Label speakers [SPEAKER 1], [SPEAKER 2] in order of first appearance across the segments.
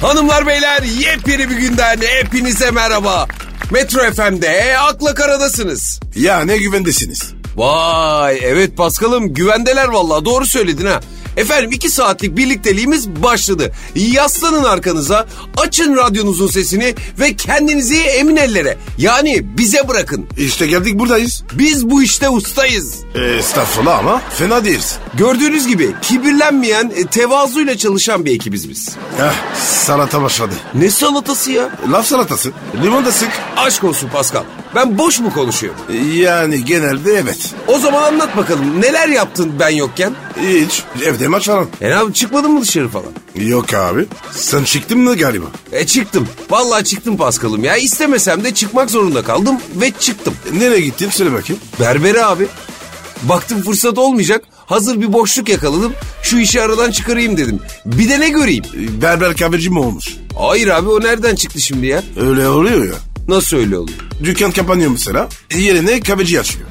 [SPEAKER 1] Hanımlar beyler yepyeni bir günden hepinize merhaba. Metro FM'de akla karadasınız.
[SPEAKER 2] Ya ne güvendesiniz?
[SPEAKER 1] Vay evet Paskal'ım güvendeler vallahi doğru söyledin ha. Efendim iki saatlik birlikteliğimiz başladı. Yaslanın arkanıza, açın radyonuzun sesini ve kendinizi emin ellere yani bize bırakın.
[SPEAKER 2] İşte geldik buradayız.
[SPEAKER 1] Biz bu işte ustayız.
[SPEAKER 2] E, estağfurullah ama fena değiliz.
[SPEAKER 1] Gördüğünüz gibi kibirlenmeyen, e, tevazuyla çalışan bir ekibiz biz.
[SPEAKER 2] Heh, salata başladı.
[SPEAKER 1] Ne salatası ya?
[SPEAKER 2] Laf salatası. Limon da sık.
[SPEAKER 1] Aşk olsun Pascal. Ben boş mu konuşuyorum?
[SPEAKER 2] Yani genelde evet.
[SPEAKER 1] O zaman anlat bakalım neler yaptın ben yokken?
[SPEAKER 2] Hiç. Evde maç falan.
[SPEAKER 1] E ne yapayım, çıkmadın mı dışarı falan?
[SPEAKER 2] Yok abi. Sen çıktın mı galiba?
[SPEAKER 1] E çıktım. Vallahi çıktım Paskal'ım ya. İstemesem de çıkmak zorunda kaldım ve çıktım.
[SPEAKER 2] Nereye gittin söyle bakayım.
[SPEAKER 1] Berbere abi. Baktım fırsat olmayacak. Hazır bir boşluk yakaladım. Şu işi aradan çıkarayım dedim. Bir de ne göreyim?
[SPEAKER 2] E, Berber kahveci mi olmuş?
[SPEAKER 1] Hayır abi o nereden çıktı şimdi ya?
[SPEAKER 2] Öyle oluyor ya.
[SPEAKER 1] Nasıl öyle oluyor?
[SPEAKER 2] Dükkan kapanıyor mesela. Yerine kahveci açıyor.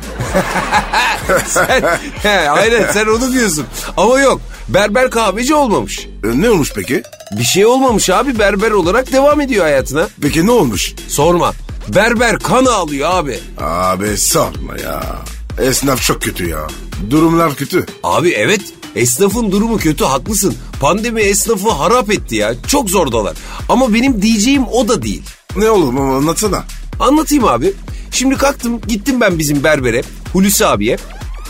[SPEAKER 1] Sen, he, aynen sen onu diyorsun. Ama yok berber kahveci olmamış.
[SPEAKER 2] E, ne olmuş peki?
[SPEAKER 1] Bir şey olmamış abi berber olarak devam ediyor hayatına.
[SPEAKER 2] Peki ne olmuş?
[SPEAKER 1] Sorma. Berber kan ağlıyor abi.
[SPEAKER 2] Abi sorma ya. Esnaf çok kötü ya. Durumlar kötü.
[SPEAKER 1] Abi evet esnafın durumu kötü haklısın. Pandemi esnafı harap etti ya. Çok zordalar. Ama benim diyeceğim o da değil.
[SPEAKER 2] Ne oğlum ama anlatsana.
[SPEAKER 1] Anlatayım abi. Şimdi kalktım gittim ben bizim berbere Hulusi abiye.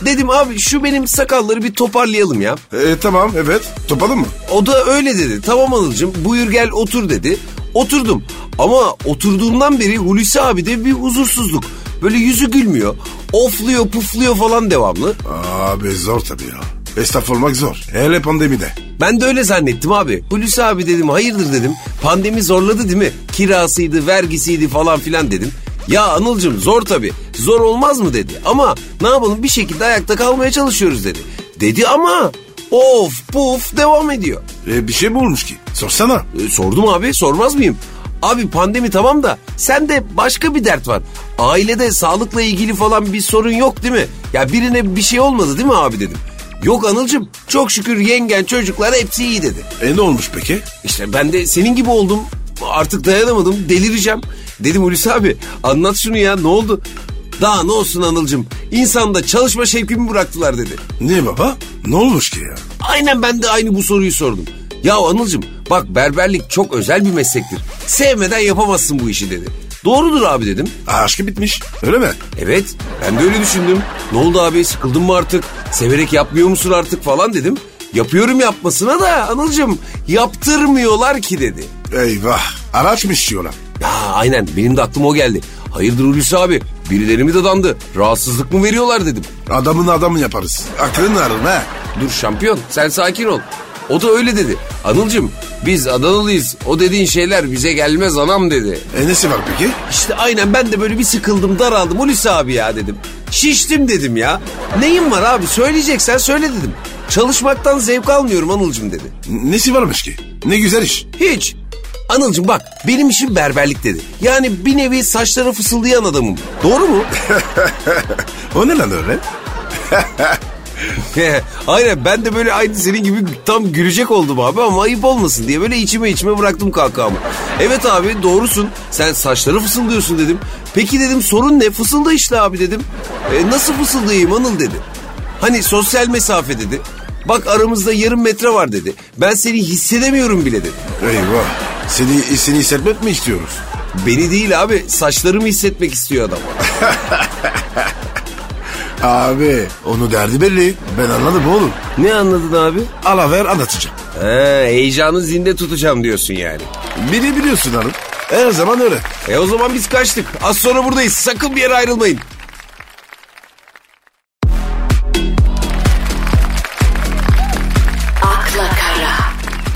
[SPEAKER 1] Dedim abi şu benim sakalları bir toparlayalım ya.
[SPEAKER 2] E, tamam evet. Topalım mı?
[SPEAKER 1] O da öyle dedi. Tamam alıcım buyur gel otur dedi. Oturdum. Ama oturduğumdan beri Hulusi abi de bir huzursuzluk. Böyle yüzü gülmüyor. Ofluyor pufluyor falan devamlı.
[SPEAKER 2] Abi zor tabii ya. Esnaf olmak zor. Hele pandemide.
[SPEAKER 1] Ben de öyle zannettim abi. Hulusi abi dedim hayırdır dedim. Pandemi zorladı değil mi? Kirasıydı, vergisiydi falan filan dedim. Ya Anılcım zor tabii. Zor olmaz mı dedi. Ama ne yapalım bir şekilde ayakta kalmaya çalışıyoruz dedi. Dedi ama of puf devam ediyor.
[SPEAKER 2] E, bir şey mi olmuş ki? Sorsana.
[SPEAKER 1] E, sordum abi sormaz mıyım? Abi pandemi tamam da sende başka bir dert var. Ailede sağlıkla ilgili falan bir sorun yok değil mi? Ya birine bir şey olmadı değil mi abi dedim. Yok Anılcım çok şükür yengen çocuklar hepsi iyi dedi.
[SPEAKER 2] E ne olmuş peki?
[SPEAKER 1] İşte ben de senin gibi oldum. Artık dayanamadım. Delireceğim. Dedim Hulusi abi anlat şunu ya ne oldu? Daha ne olsun Anılcım. İnsanda çalışma şevkimi bıraktılar dedi.
[SPEAKER 2] Ne baba? Ne olmuş ki ya?
[SPEAKER 1] Aynen ben de aynı bu soruyu sordum. Ya Anılcım bak berberlik çok özel bir meslektir. Sevmeden yapamazsın bu işi dedi. Doğrudur abi dedim.
[SPEAKER 2] Ah, Aşkı bitmiş. Öyle mi?
[SPEAKER 1] Evet ben de öyle düşündüm. Ne oldu abi sıkıldın mı artık? Severek yapmıyor musun artık falan dedim. Yapıyorum yapmasına da Anılcım yaptırmıyorlar ki dedi.
[SPEAKER 2] Eyvah. Araç mı işiyorlar?
[SPEAKER 1] Ya aynen benim de aklıma o geldi. Hayırdır Hulusi abi birileri mi dadandı? Rahatsızlık mı veriyorlar dedim.
[SPEAKER 2] Adamın adamı yaparız. Aklını arın ha.
[SPEAKER 1] Dur şampiyon sen sakin ol. O da öyle dedi. Anılcım biz Adanalıyız o dediğin şeyler bize gelmez anam dedi.
[SPEAKER 2] E nesi var peki?
[SPEAKER 1] İşte aynen ben de böyle bir sıkıldım daraldım Hulusi abi ya dedim. Şiştim dedim ya. Neyim var abi söyleyeceksen söyle dedim. Çalışmaktan zevk almıyorum Anılcım dedi.
[SPEAKER 2] N- Nesi varmış ki? Ne güzel iş.
[SPEAKER 1] Hiç. Anılcım bak benim işim berberlik dedi. Yani bir nevi saçlara fısıldayan adamım. Doğru mu?
[SPEAKER 2] O ne lan öyle?
[SPEAKER 1] Aynen ben de böyle aynı senin gibi tam gülecek oldum abi ama ayıp olmasın diye böyle içime içime bıraktım kahkahamı. Evet abi doğrusun sen saçları fısıldıyorsun dedim. Peki dedim sorun ne fısılda işte abi dedim. E, nasıl fısıldayayım Anıl dedi. Hani sosyal mesafe dedi. Bak aramızda yarım metre var dedi. Ben seni hissedemiyorum bile dedi.
[SPEAKER 2] Eyvah. Seni, seni hissetmek mi istiyoruz?
[SPEAKER 1] Beni değil abi saçlarımı hissetmek istiyor adam.
[SPEAKER 2] Abi onu derdi belli. Ben anladım oğlum.
[SPEAKER 1] Ne anladın abi?
[SPEAKER 2] Alaver anlatacağım.
[SPEAKER 1] He, heyecanı zinde tutacağım diyorsun yani.
[SPEAKER 2] Biri biliyorsun hanım. Her zaman öyle.
[SPEAKER 1] E o zaman biz kaçtık. Az sonra buradayız. Sakın bir yere ayrılmayın.
[SPEAKER 3] akla kara,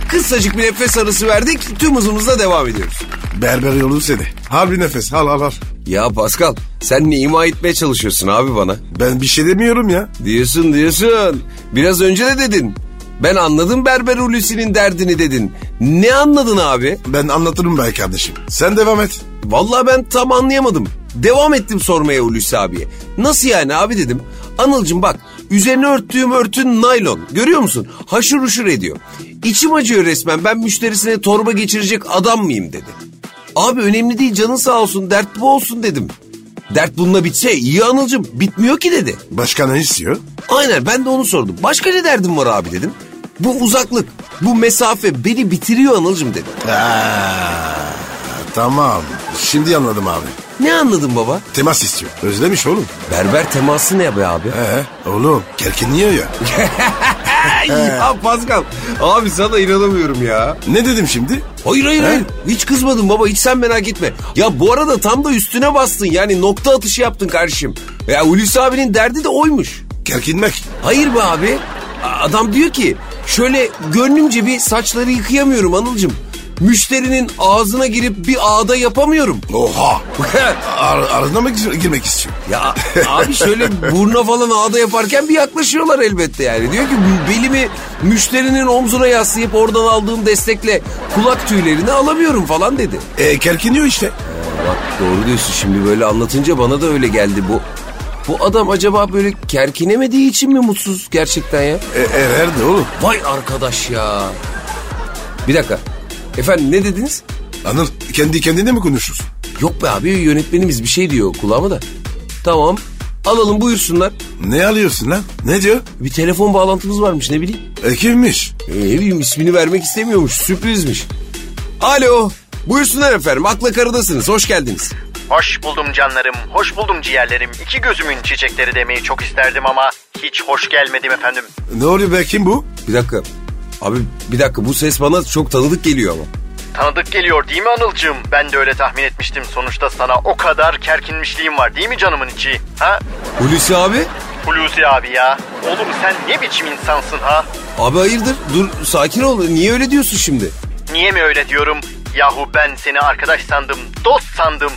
[SPEAKER 1] Kısacık bir nefes arası verdik. Tüm hızımızla devam ediyoruz.
[SPEAKER 2] Berber yolu seni. Harbi nefes. Al al al.
[SPEAKER 1] Ya Pascal sen ne ima etmeye çalışıyorsun abi bana?
[SPEAKER 2] Ben bir şey demiyorum ya.
[SPEAKER 1] Diyorsun diyorsun. Biraz önce de dedin. Ben anladım Berber Hulusi'nin derdini dedin. Ne anladın abi?
[SPEAKER 2] Ben anlatırım belki kardeşim. Sen devam et.
[SPEAKER 1] Vallahi ben tam anlayamadım. Devam ettim sormaya Hulusi abiye. Nasıl yani abi dedim. Anılcım bak Üzerine örttüğüm örtü naylon. Görüyor musun? Haşır uşur ediyor. İçim acıyor resmen. Ben müşterisine torba geçirecek adam mıyım dedi. Abi önemli değil canın sağ olsun dert bu olsun dedim. Dert bununla bitse iyi anılcım bitmiyor ki dedi.
[SPEAKER 2] Başka ne istiyor?
[SPEAKER 1] Aynen ben de onu sordum. Başka ne derdim var abi dedim. Bu uzaklık, bu mesafe beni bitiriyor Anıl'cım dedi.
[SPEAKER 2] Ha, tamam. Şimdi anladım abi.
[SPEAKER 1] Ne anladın baba?
[SPEAKER 2] Temas istiyor. Özlemiş oğlum.
[SPEAKER 1] Berber teması ne be abi?
[SPEAKER 2] Ee, oğlum kerkinliyor ya.
[SPEAKER 1] Ay, ya Pascal abi sana inanamıyorum ya.
[SPEAKER 2] ne dedim şimdi?
[SPEAKER 1] Hayır hayır
[SPEAKER 2] He?
[SPEAKER 1] hayır. Hiç kızmadım baba hiç sen merak etme. Ya bu arada tam da üstüne bastın yani nokta atışı yaptın kardeşim. Ya Hulusi abinin derdi de oymuş.
[SPEAKER 2] Kerkinmek.
[SPEAKER 1] Hayır be abi. A- Adam diyor ki şöyle gönlümce bir saçları yıkayamıyorum Anıl'cım. Müşterinin ağzına girip bir ağda yapamıyorum.
[SPEAKER 2] Oha. Ar arasına mı gir- girmek istiyor?
[SPEAKER 1] Ya abi şöyle burna falan ağda yaparken bir yaklaşıyorlar elbette yani. Diyor ki belimi müşterinin omzuna yaslayıp oradan aldığım destekle kulak tüylerini alamıyorum falan dedi.
[SPEAKER 2] E, kerkiniyor işte.
[SPEAKER 1] Bak doğru diyorsun şimdi böyle anlatınca bana da öyle geldi bu. Bu adam acaba böyle kerkinemediği için mi mutsuz gerçekten ya?
[SPEAKER 2] E, erer de oğlum.
[SPEAKER 1] Vay arkadaş ya. Bir dakika. Efendim ne dediniz?
[SPEAKER 2] Anıl kendi kendine mi konuşuyorsun?
[SPEAKER 1] Yok be abi yönetmenimiz bir şey diyor kulağıma da. Tamam alalım buyursunlar.
[SPEAKER 2] Ne alıyorsun lan? Ne diyor?
[SPEAKER 1] Bir telefon bağlantımız varmış ne bileyim.
[SPEAKER 2] E, kimmiş?
[SPEAKER 1] E, ne bileyim ismini vermek istemiyormuş sürprizmiş. Alo buyursunlar efendim akla karıdasınız hoş geldiniz.
[SPEAKER 3] Hoş buldum canlarım, hoş buldum ciğerlerim. İki gözümün çiçekleri demeyi çok isterdim ama hiç hoş gelmedim efendim.
[SPEAKER 2] Ne oluyor be kim bu?
[SPEAKER 1] Bir dakika abi bir dakika bu ses bana çok tanıdık geliyor ama.
[SPEAKER 3] Tanıdık geliyor değil mi Anılcığım? Ben de öyle tahmin etmiştim. Sonuçta sana o kadar kerkinmişliğim var değil mi canımın içi? Ha?
[SPEAKER 1] Hulusi abi
[SPEAKER 3] Hulusi abi ya. Oğlum sen ne biçim insansın ha?
[SPEAKER 1] abi hayırdır dur sakin ol niye öyle diyorsun şimdi?
[SPEAKER 3] Niye mi öyle diyorum? Yahu ben seni arkadaş sandım, dost sandım.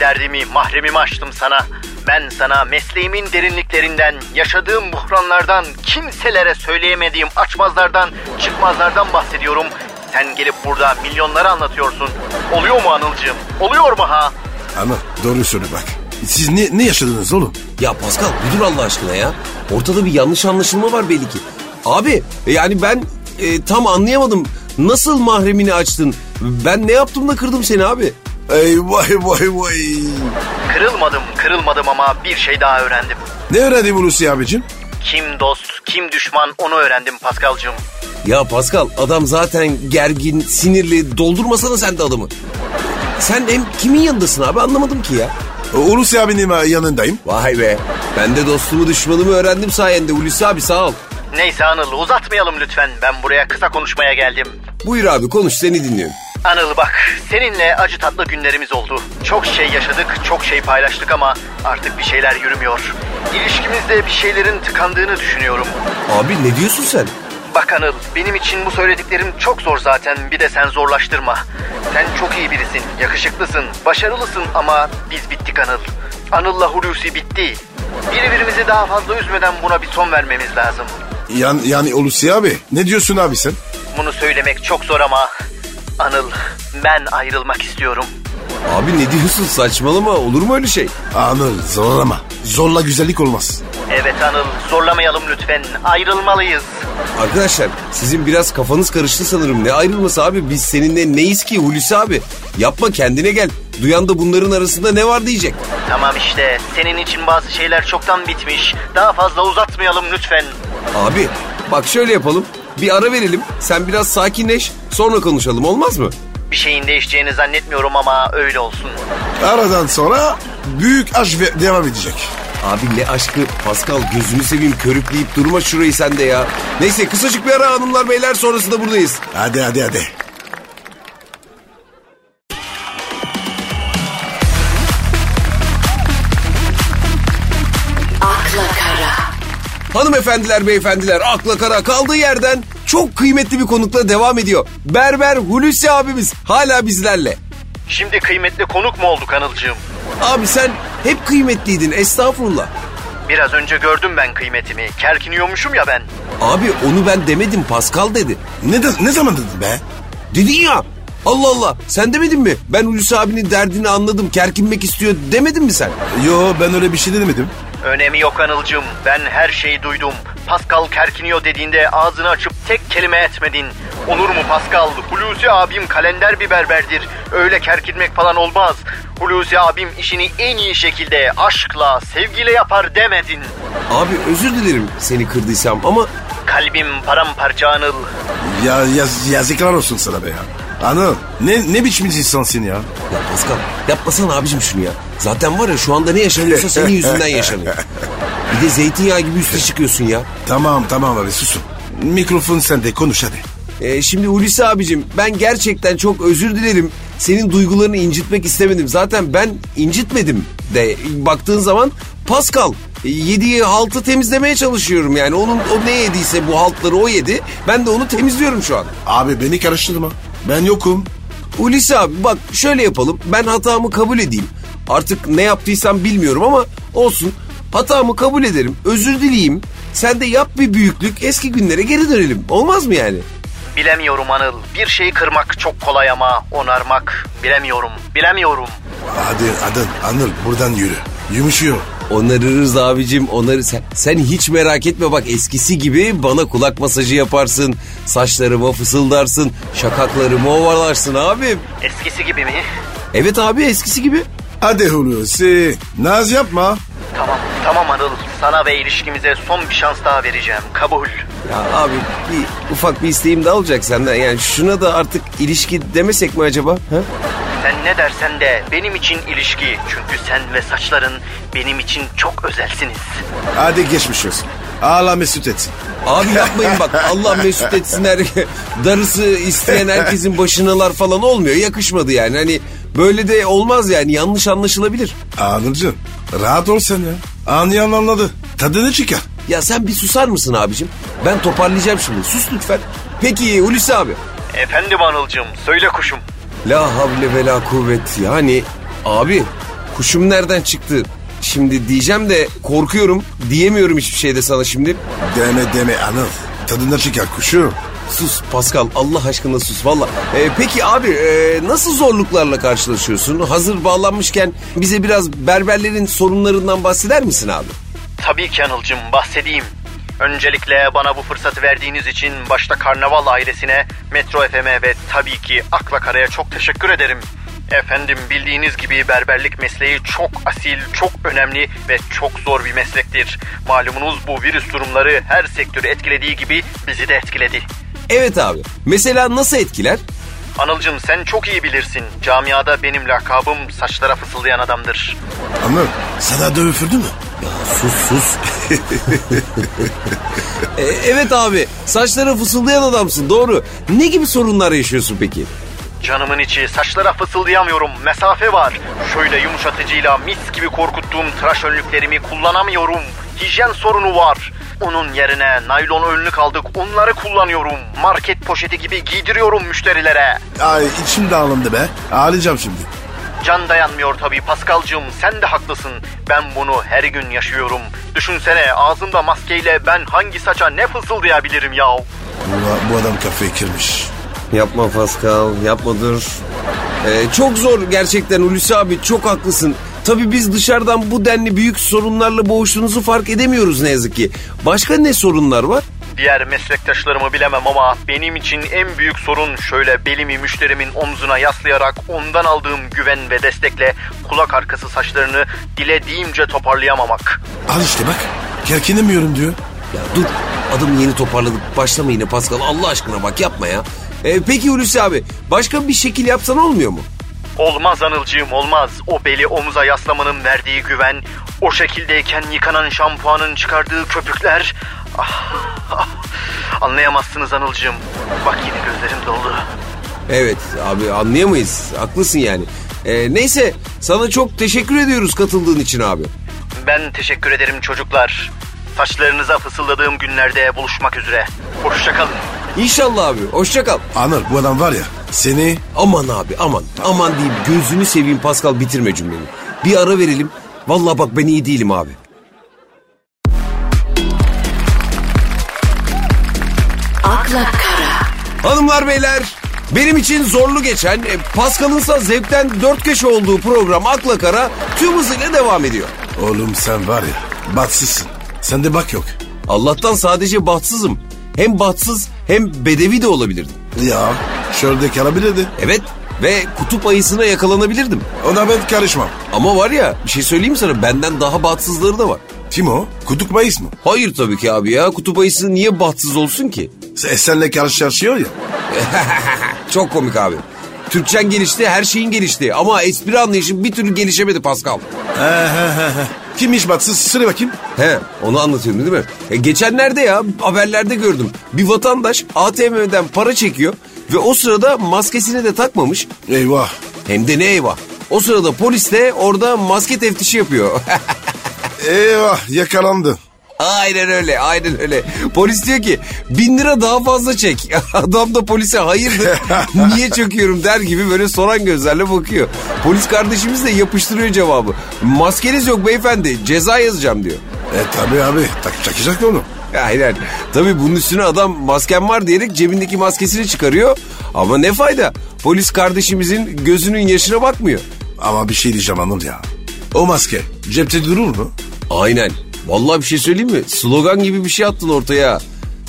[SPEAKER 3] Derdimi, mahremimi açtım sana. Ben sana mesleğimin derinliklerinden, yaşadığım buhranlardan, kimselere söyleyemediğim açmazlardan, çıkmazlardan bahsediyorum. Sen gelip burada milyonları anlatıyorsun. Oluyor mu Anılcığım? Oluyor mu ha?
[SPEAKER 2] Anıl doğru söyle bak. Siz ne, ne yaşadınız oğlum?
[SPEAKER 1] Ya Pascal bir dur Allah aşkına ya. Ortada bir yanlış anlaşılma var belli ki. Abi yani ben e, tam anlayamadım. Nasıl mahremini açtın? Ben ne yaptım da kırdım seni abi?
[SPEAKER 2] Ey vay vay vay.
[SPEAKER 3] Kırılmadım, kırılmadım ama bir şey daha öğrendim.
[SPEAKER 2] Ne öğrendi bu Lucy abicim?
[SPEAKER 3] Kim dost, kim düşman onu öğrendim Paskal'cığım.
[SPEAKER 1] Ya Pascal adam zaten gergin, sinirli. Doldurmasana sen de adamı. Sen hem kimin yanındasın abi anlamadım ki ya.
[SPEAKER 2] Hulusi abinin yanındayım.
[SPEAKER 1] Vay be. Ben de dostumu düşmanımı öğrendim sayende Hulusi abi sağ ol.
[SPEAKER 3] Neyse Anıl uzatmayalım lütfen. Ben buraya kısa konuşmaya geldim.
[SPEAKER 1] Buyur abi konuş seni dinliyorum.
[SPEAKER 3] Anıl bak, seninle acı tatlı günlerimiz oldu. Çok şey yaşadık, çok şey paylaştık ama artık bir şeyler yürümüyor. İlişkimizde bir şeylerin tıkandığını düşünüyorum.
[SPEAKER 1] Abi ne diyorsun sen?
[SPEAKER 3] Bak Anıl, benim için bu söylediklerim çok zor zaten. Bir de sen zorlaştırma. Sen çok iyi birisin, yakışıklısın, başarılısın ama biz bittik Anıl. Anıl'la Hulusi bitti. Birbirimizi daha fazla üzmeden buna bir son vermemiz lazım.
[SPEAKER 2] Yan, yani Hulusi abi ne diyorsun abi sen?
[SPEAKER 3] Bunu söylemek çok zor ama... Anıl, ben ayrılmak istiyorum.
[SPEAKER 1] Abi ne diyorsun saçmalama olur mu öyle şey?
[SPEAKER 2] Anıl zorlama. Zorla güzellik olmaz.
[SPEAKER 3] Evet Anıl, zorlamayalım lütfen. Ayrılmalıyız.
[SPEAKER 1] Arkadaşlar sizin biraz kafanız karıştı sanırım. Ne ayrılması abi biz seninle neyiz ki Hulusi abi? Yapma kendine gel. Duyan da bunların arasında ne var diyecek.
[SPEAKER 3] Tamam işte, senin için bazı şeyler çoktan bitmiş. Daha fazla uzatmayalım lütfen.
[SPEAKER 1] Abi bak şöyle yapalım. Bir ara verelim. Sen biraz sakinleş. Sonra konuşalım olmaz mı?
[SPEAKER 3] Bir şeyin değişeceğini zannetmiyorum ama öyle olsun.
[SPEAKER 2] Aradan sonra büyük aşk ve- devam edecek.
[SPEAKER 1] Abi ne aşkı Pascal gözünü seveyim körükleyip durma şurayı sen de ya. Neyse kısacık bir ara hanımlar beyler sonrasında buradayız.
[SPEAKER 2] Hadi hadi hadi.
[SPEAKER 4] akla kara,
[SPEAKER 1] Hanımefendiler, beyefendiler akla kara kaldığı yerden çok kıymetli bir konukla devam ediyor. Berber Hulusi abimiz hala bizlerle.
[SPEAKER 3] Şimdi kıymetli konuk mu olduk Anılcığım?
[SPEAKER 1] Abi sen hep kıymetliydin estağfurullah.
[SPEAKER 3] Biraz önce gördüm ben kıymetimi. Kerkiniyormuşum ya ben.
[SPEAKER 1] Abi onu ben demedim Pascal dedi.
[SPEAKER 2] Ne, de- ne zaman dedin be?
[SPEAKER 1] Dedin ya. Allah Allah sen demedin mi? Ben Hulusi abinin derdini anladım kerkinmek istiyor demedin mi sen?
[SPEAKER 2] Yo ben öyle bir şey demedim.
[SPEAKER 3] Önemi yok Anılcım. Ben her şeyi duydum. Pascal Kerkinio dediğinde ağzını açıp tek kelime etmedin. Olur mu Pascal? Hulusi abim kalender bir berberdir. Öyle kerkinmek falan olmaz. Hulusi abim işini en iyi şekilde aşkla, sevgiyle yapar demedin.
[SPEAKER 1] Abi özür dilerim seni kırdıysam ama
[SPEAKER 3] Kalbim paramparça Anıl.
[SPEAKER 2] Ya, yaz, yazıklar olsun sana be ya. Anıl ne, ne biçim insansın ya?
[SPEAKER 1] ya Pascal yapmasana abicim şunu ya. Zaten var ya şu anda ne yaşanıyorsa senin yüzünden yaşanıyor. Bir de zeytinyağı gibi üste çıkıyorsun ya.
[SPEAKER 2] Tamam tamam abi susun. Mikrofon sende konuş hadi.
[SPEAKER 1] Ee, şimdi Hulusi abicim ben gerçekten çok özür dilerim. Senin duygularını incitmek istemedim. Zaten ben incitmedim de baktığın zaman Pascal e, yediği haltı temizlemeye çalışıyorum yani. Onun o ne yediyse bu haltları o yedi. Ben de onu temizliyorum şu an.
[SPEAKER 2] Abi beni karıştırma. Ben yokum.
[SPEAKER 1] Hulusi abi bak şöyle yapalım. Ben hatamı kabul edeyim. Artık ne yaptıysam bilmiyorum ama olsun. Hatamı kabul ederim. Özür dileyeyim. Sen de yap bir büyüklük. Eski günlere geri dönelim. Olmaz mı yani?
[SPEAKER 3] Bilemiyorum Anıl. Bir şeyi kırmak çok kolay ama onarmak bilemiyorum. Bilemiyorum.
[SPEAKER 2] Hadi Adın Anıl buradan yürü. Yumuşuyor.
[SPEAKER 1] Onarırız abicim onarı sen, sen hiç merak etme bak eskisi gibi bana kulak masajı yaparsın saçlarıma fısıldarsın şakaklarımı ovalarsın abim.
[SPEAKER 3] Eskisi gibi mi?
[SPEAKER 1] Evet abi eskisi gibi.
[SPEAKER 2] Hadi Hulusi. Naz yapma.
[SPEAKER 3] Tamam, tamam Anıl. Sana ve ilişkimize son bir şans daha vereceğim. Kabul.
[SPEAKER 1] Ya abi bir ufak bir isteğim daha olacak senden yani şuna da artık ilişki demesek mi acaba? Ha?
[SPEAKER 3] Sen ne dersen de benim için ilişki. Çünkü sen ve saçların benim için çok özelsiniz.
[SPEAKER 2] Hadi geçmiş olsun. Allah mesut etsin.
[SPEAKER 1] Abi yapmayın bak Allah mesut etsin her darısı isteyen herkesin başınalar falan olmuyor yakışmadı yani hani böyle de olmaz yani yanlış anlaşılabilir.
[SPEAKER 2] Anılcığım rahat ol sen ya. Anlayan anladı. Tadını çıkar.
[SPEAKER 1] Ya sen bir susar mısın abicim? Ben toparlayacağım şimdi. Sus lütfen. Peki Hulusi abi.
[SPEAKER 3] Efendim Anılcığım, söyle kuşum.
[SPEAKER 1] La havle ve la kuvvet. Yani abi kuşum nereden çıktı? Şimdi diyeceğim de korkuyorum. Diyemiyorum hiçbir şey de sana şimdi.
[SPEAKER 2] Deme deme Anıl. Tadını çıkar kuşu.
[SPEAKER 1] Sus Pascal Allah aşkına sus valla. Ee, peki abi e, nasıl zorluklarla karşılaşıyorsun? Hazır bağlanmışken bize biraz berberlerin sorunlarından bahseder misin abi?
[SPEAKER 3] Tabii ki Anılcım bahsedeyim. Öncelikle bana bu fırsatı verdiğiniz için başta Karnaval ailesine, Metro FM'e ve tabii ki Akla Kara'ya çok teşekkür ederim. Efendim bildiğiniz gibi berberlik mesleği çok asil, çok önemli ve çok zor bir meslektir. Malumunuz bu virüs durumları her sektörü etkilediği gibi bizi de etkiledi.
[SPEAKER 1] Evet abi mesela nasıl etkiler?
[SPEAKER 3] Anılcım sen çok iyi bilirsin. Camiada benim lakabım saçlara fısıldayan adamdır.
[SPEAKER 2] Anıl sana da üfürdü mü?
[SPEAKER 1] Sus sus. E, evet abi saçlara fısıldayan adamsın doğru. Ne gibi sorunlar yaşıyorsun peki?
[SPEAKER 3] Canımın içi saçlara fısıldayamıyorum mesafe var. Şöyle yumuşatıcıyla mis gibi korkuttuğum tıraş önlüklerimi kullanamıyorum. Hijyen sorunu var. Onun yerine naylon önlük aldık onları kullanıyorum. Market poşeti gibi giydiriyorum müşterilere.
[SPEAKER 2] Ay içim dağılımdı be. Ağlayacağım şimdi.
[SPEAKER 3] Can dayanmıyor tabii Paskal'cığım sen de haklısın. Ben bunu her gün yaşıyorum. Düşünsene ağzımda maskeyle ben hangi saça ne fısıldayabilirim ya?
[SPEAKER 2] Bu, bu adam kafayı kırmış.
[SPEAKER 1] Yapma Pascal, yapma dur. Ee, çok zor gerçekten Hulusi abi, çok haklısın. Tabii biz dışarıdan bu denli büyük sorunlarla boğuştuğunuzu fark edemiyoruz ne yazık ki. Başka ne sorunlar var?
[SPEAKER 3] Diğer meslektaşlarımı bilemem ama benim için en büyük sorun şöyle belimi müşterimin omzuna yaslayarak ondan aldığım güven ve destekle kulak arkası saçlarını dilediğimce toparlayamamak.
[SPEAKER 2] Al işte bak. Kerkinemiyorum diyor.
[SPEAKER 1] Ya dur, adamı yeni toparladık. Başlama yine Pascal, Allah aşkına bak yapma ya. Ee, peki Hulusi abi, başka bir şekil yapsan olmuyor mu?
[SPEAKER 3] Olmaz Anılcığım olmaz. O beli omuza yaslamanın verdiği güven, o şekildeyken yıkanan şampuanın çıkardığı köpükler... Ah, ah. Anlayamazsınız Anılcığım. Bak yine gözlerim doldu.
[SPEAKER 1] Evet abi anlayamayız, haklısın yani. Ee, neyse, sana çok teşekkür ediyoruz katıldığın için abi.
[SPEAKER 3] Ben teşekkür ederim çocuklar. Saçlarınıza fısıldadığım günlerde buluşmak üzere. Hoşçakalın.
[SPEAKER 1] İnşallah abi, hoşça kal.
[SPEAKER 2] Anıl bu adam var ya seni
[SPEAKER 1] Aman abi aman aman diyeyim gözünü seveyim Pascal bitirme cümleni. Bir ara verelim. Vallahi bak ben iyi değilim abi.
[SPEAKER 4] akla kara,
[SPEAKER 1] Hanımlar beyler benim için zorlu geçen e, Pascal'ınsa zevkten dört köşe olduğu program Akla Kara tüm hızıyla devam ediyor.
[SPEAKER 2] oğlum sen var ya Batsızsın. Sende bak yok.
[SPEAKER 1] Allah'tan sadece bahtsızım. Hem bahtsız hem bedevi de olabilirdim.
[SPEAKER 2] Ya şördek alabilirdi.
[SPEAKER 1] Evet ve kutup ayısına yakalanabilirdim.
[SPEAKER 2] Ona ben karışmam.
[SPEAKER 1] Ama var ya bir şey söyleyeyim sana benden daha bahtsızları da var.
[SPEAKER 2] Kim o? Kutuk Mayıs mı?
[SPEAKER 1] Hayır tabii ki abi ya kutup ayısı niye bahtsız olsun ki?
[SPEAKER 2] E, senle karşılaşıyor ya.
[SPEAKER 1] Çok komik abi. Türkçen gelişti her şeyin gelişti ama espri anlayışın bir türlü gelişemedi Pascal.
[SPEAKER 2] Kimmiş batsız? Söyle bakayım.
[SPEAKER 1] He onu anlatıyorum değil mi? E, geçenlerde ya haberlerde gördüm. Bir vatandaş ATM'den para çekiyor ve o sırada maskesini de takmamış.
[SPEAKER 2] Eyvah.
[SPEAKER 1] Hem de ne eyvah. O sırada polis de orada maske teftişi yapıyor.
[SPEAKER 2] Eyvah yakalandı.
[SPEAKER 1] aynen öyle aynen öyle. Polis diyor ki bin lira daha fazla çek. Adam da polise hayırdır niye çöküyorum der gibi böyle soran gözlerle bakıyor. Polis kardeşimiz de yapıştırıyor cevabı. Maskeniz yok beyefendi ceza yazacağım diyor.
[SPEAKER 2] E tabi abi tak takacak onu.
[SPEAKER 1] Aynen. Tabii bunun üstüne adam masken var diyerek cebindeki maskesini çıkarıyor. Ama ne fayda? Polis kardeşimizin gözünün yaşına bakmıyor.
[SPEAKER 2] Ama bir şey diyeceğim hanım ya. O maske cepte durur mu?
[SPEAKER 1] Aynen. Vallahi bir şey söyleyeyim mi? Slogan gibi bir şey attın ortaya.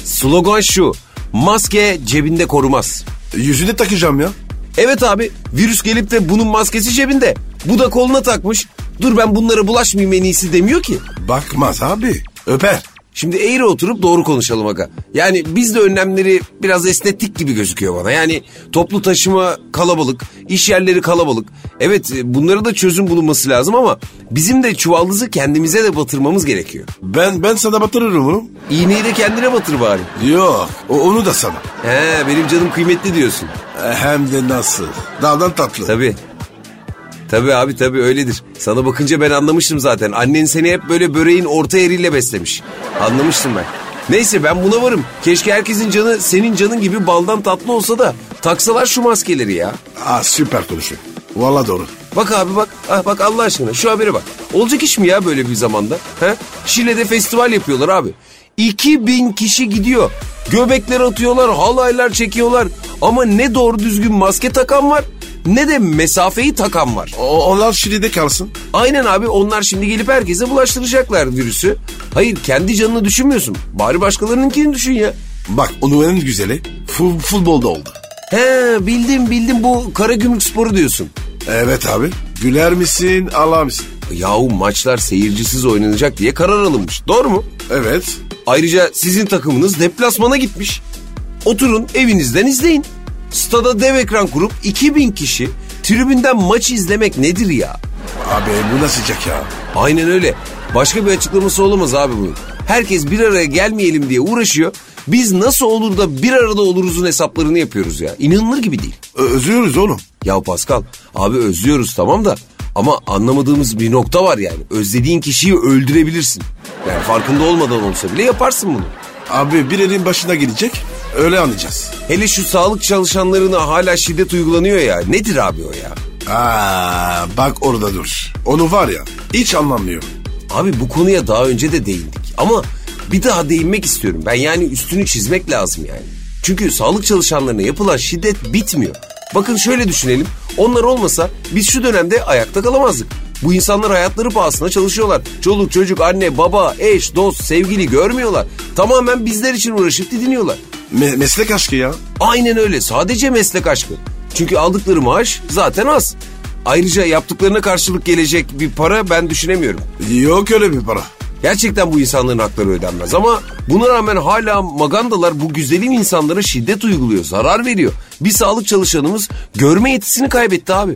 [SPEAKER 1] Slogan şu. Maske cebinde korumaz.
[SPEAKER 2] Yüzüne takacağım ya.
[SPEAKER 1] Evet abi virüs gelip de bunun maskesi cebinde. Bu da koluna takmış. Dur ben bunlara bulaşmayayım en iyisi demiyor ki.
[SPEAKER 2] Bakmaz abi. Öper.
[SPEAKER 1] Şimdi eğri oturup doğru konuşalım aga. Yani biz de önlemleri biraz esnettik gibi gözüküyor bana. Yani toplu taşıma kalabalık, iş yerleri kalabalık. Evet e, bunlara da çözüm bulunması lazım ama bizim de çuvaldızı kendimize de batırmamız gerekiyor.
[SPEAKER 2] Ben ben sana batırırım onu.
[SPEAKER 1] İğneyi de kendine batır bari.
[SPEAKER 2] Yok o- onu da sana.
[SPEAKER 1] He benim canım kıymetli diyorsun.
[SPEAKER 2] E, Hem de nasıl. Daldan tatlı.
[SPEAKER 1] Tabii. Tabii abi tabii öyledir. Sana bakınca ben anlamıştım zaten. Annen seni hep böyle böreğin orta yeriyle beslemiş. Anlamıştım ben. Neyse ben buna varım. Keşke herkesin canı senin canın gibi baldan tatlı olsa da taksalar şu maskeleri ya.
[SPEAKER 2] Aa, süper konuşuyor. Valla doğru.
[SPEAKER 1] Bak abi bak. Ah, bak Allah aşkına şu habere bak. Olacak iş mi ya böyle bir zamanda? He? Şile'de festival yapıyorlar abi. 2000 kişi gidiyor. Göbekler atıyorlar, halaylar çekiyorlar. Ama ne doğru düzgün maske takan var ne de mesafeyi takan var.
[SPEAKER 2] O, onlar Şili'de kalsın.
[SPEAKER 1] Aynen abi onlar şimdi gelip herkese bulaştıracaklar virüsü. Hayır kendi canını düşünmüyorsun. Bari başkalarınınkini düşün ya.
[SPEAKER 2] Bak onun en güzeli fu- futbolda oldu.
[SPEAKER 1] He bildim bildim bu kara gümrük sporu diyorsun.
[SPEAKER 2] Evet abi. Güler misin ağlar mısın?
[SPEAKER 1] Yahu maçlar seyircisiz oynanacak diye karar alınmış. Doğru mu?
[SPEAKER 2] Evet.
[SPEAKER 1] Ayrıca sizin takımınız deplasmana gitmiş. Oturun evinizden izleyin. Stada dev ekran kurup 2000 kişi tribünden maçı izlemek nedir ya?
[SPEAKER 2] Abi bu nasıl sıcak ya?
[SPEAKER 1] Aynen öyle. Başka bir açıklaması olamaz abi bunun. Herkes bir araya gelmeyelim diye uğraşıyor. Biz nasıl olur da bir arada oluruzun hesaplarını yapıyoruz ya. İnanılır gibi değil.
[SPEAKER 2] Ö- özlüyoruz oğlum.
[SPEAKER 1] Ya Pascal abi özlüyoruz tamam da ama anlamadığımız bir nokta var yani. Özlediğin kişiyi öldürebilirsin. Yani farkında olmadan olsa bile yaparsın bunu.
[SPEAKER 2] Abi bir elin başına gelecek öyle anlayacağız.
[SPEAKER 1] Hele şu sağlık çalışanlarına hala şiddet uygulanıyor ya. Nedir abi o ya?
[SPEAKER 2] Aa, bak orada dur. Onu var ya hiç anlamıyor.
[SPEAKER 1] Abi bu konuya daha önce de değindik ama bir daha değinmek istiyorum. Ben yani üstünü çizmek lazım yani. Çünkü sağlık çalışanlarına yapılan şiddet bitmiyor. Bakın şöyle düşünelim. Onlar olmasa biz şu dönemde ayakta kalamazdık. Bu insanlar hayatları pahasına çalışıyorlar. Çoluk çocuk, anne, baba, eş, dost, sevgili görmüyorlar. Tamamen bizler için uğraşıp didiniyorlar.
[SPEAKER 2] Me- meslek aşkı ya.
[SPEAKER 1] Aynen öyle. Sadece meslek aşkı. Çünkü aldıkları maaş zaten az. Ayrıca yaptıklarına karşılık gelecek bir para ben düşünemiyorum.
[SPEAKER 2] Yok öyle bir para.
[SPEAKER 1] Gerçekten bu insanların hakları ödenmez ama buna rağmen hala magandalar bu güzelim insanlara şiddet uyguluyor, zarar veriyor. Bir sağlık çalışanımız görme yetisini kaybetti abi.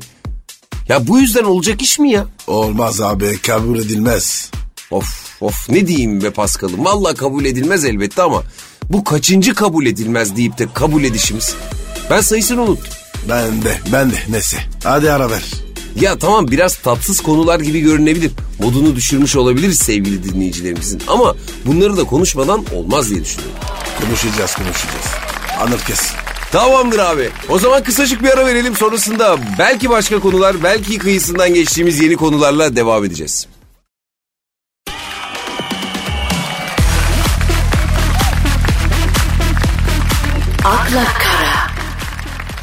[SPEAKER 1] Ya bu yüzden olacak iş mi ya?
[SPEAKER 2] Olmaz abi kabul edilmez.
[SPEAKER 1] Of of ne diyeyim be Paskal'ım valla kabul edilmez elbette ama bu kaçıncı kabul edilmez deyip de kabul edişimiz. Ben sayısını unuttum.
[SPEAKER 2] Ben de ben de neyse. Hadi ara ver.
[SPEAKER 1] Ya tamam biraz tatsız konular gibi görünebilir. Modunu düşürmüş olabiliriz sevgili dinleyicilerimizin ama bunları da konuşmadan olmaz diye düşünüyorum.
[SPEAKER 2] Konuşacağız konuşacağız. Anır kes.
[SPEAKER 1] Tamamdır abi. O zaman kısacık bir ara verelim. Sonrasında belki başka konular, belki kıyısından geçtiğimiz yeni konularla devam edeceğiz.
[SPEAKER 4] akla kara,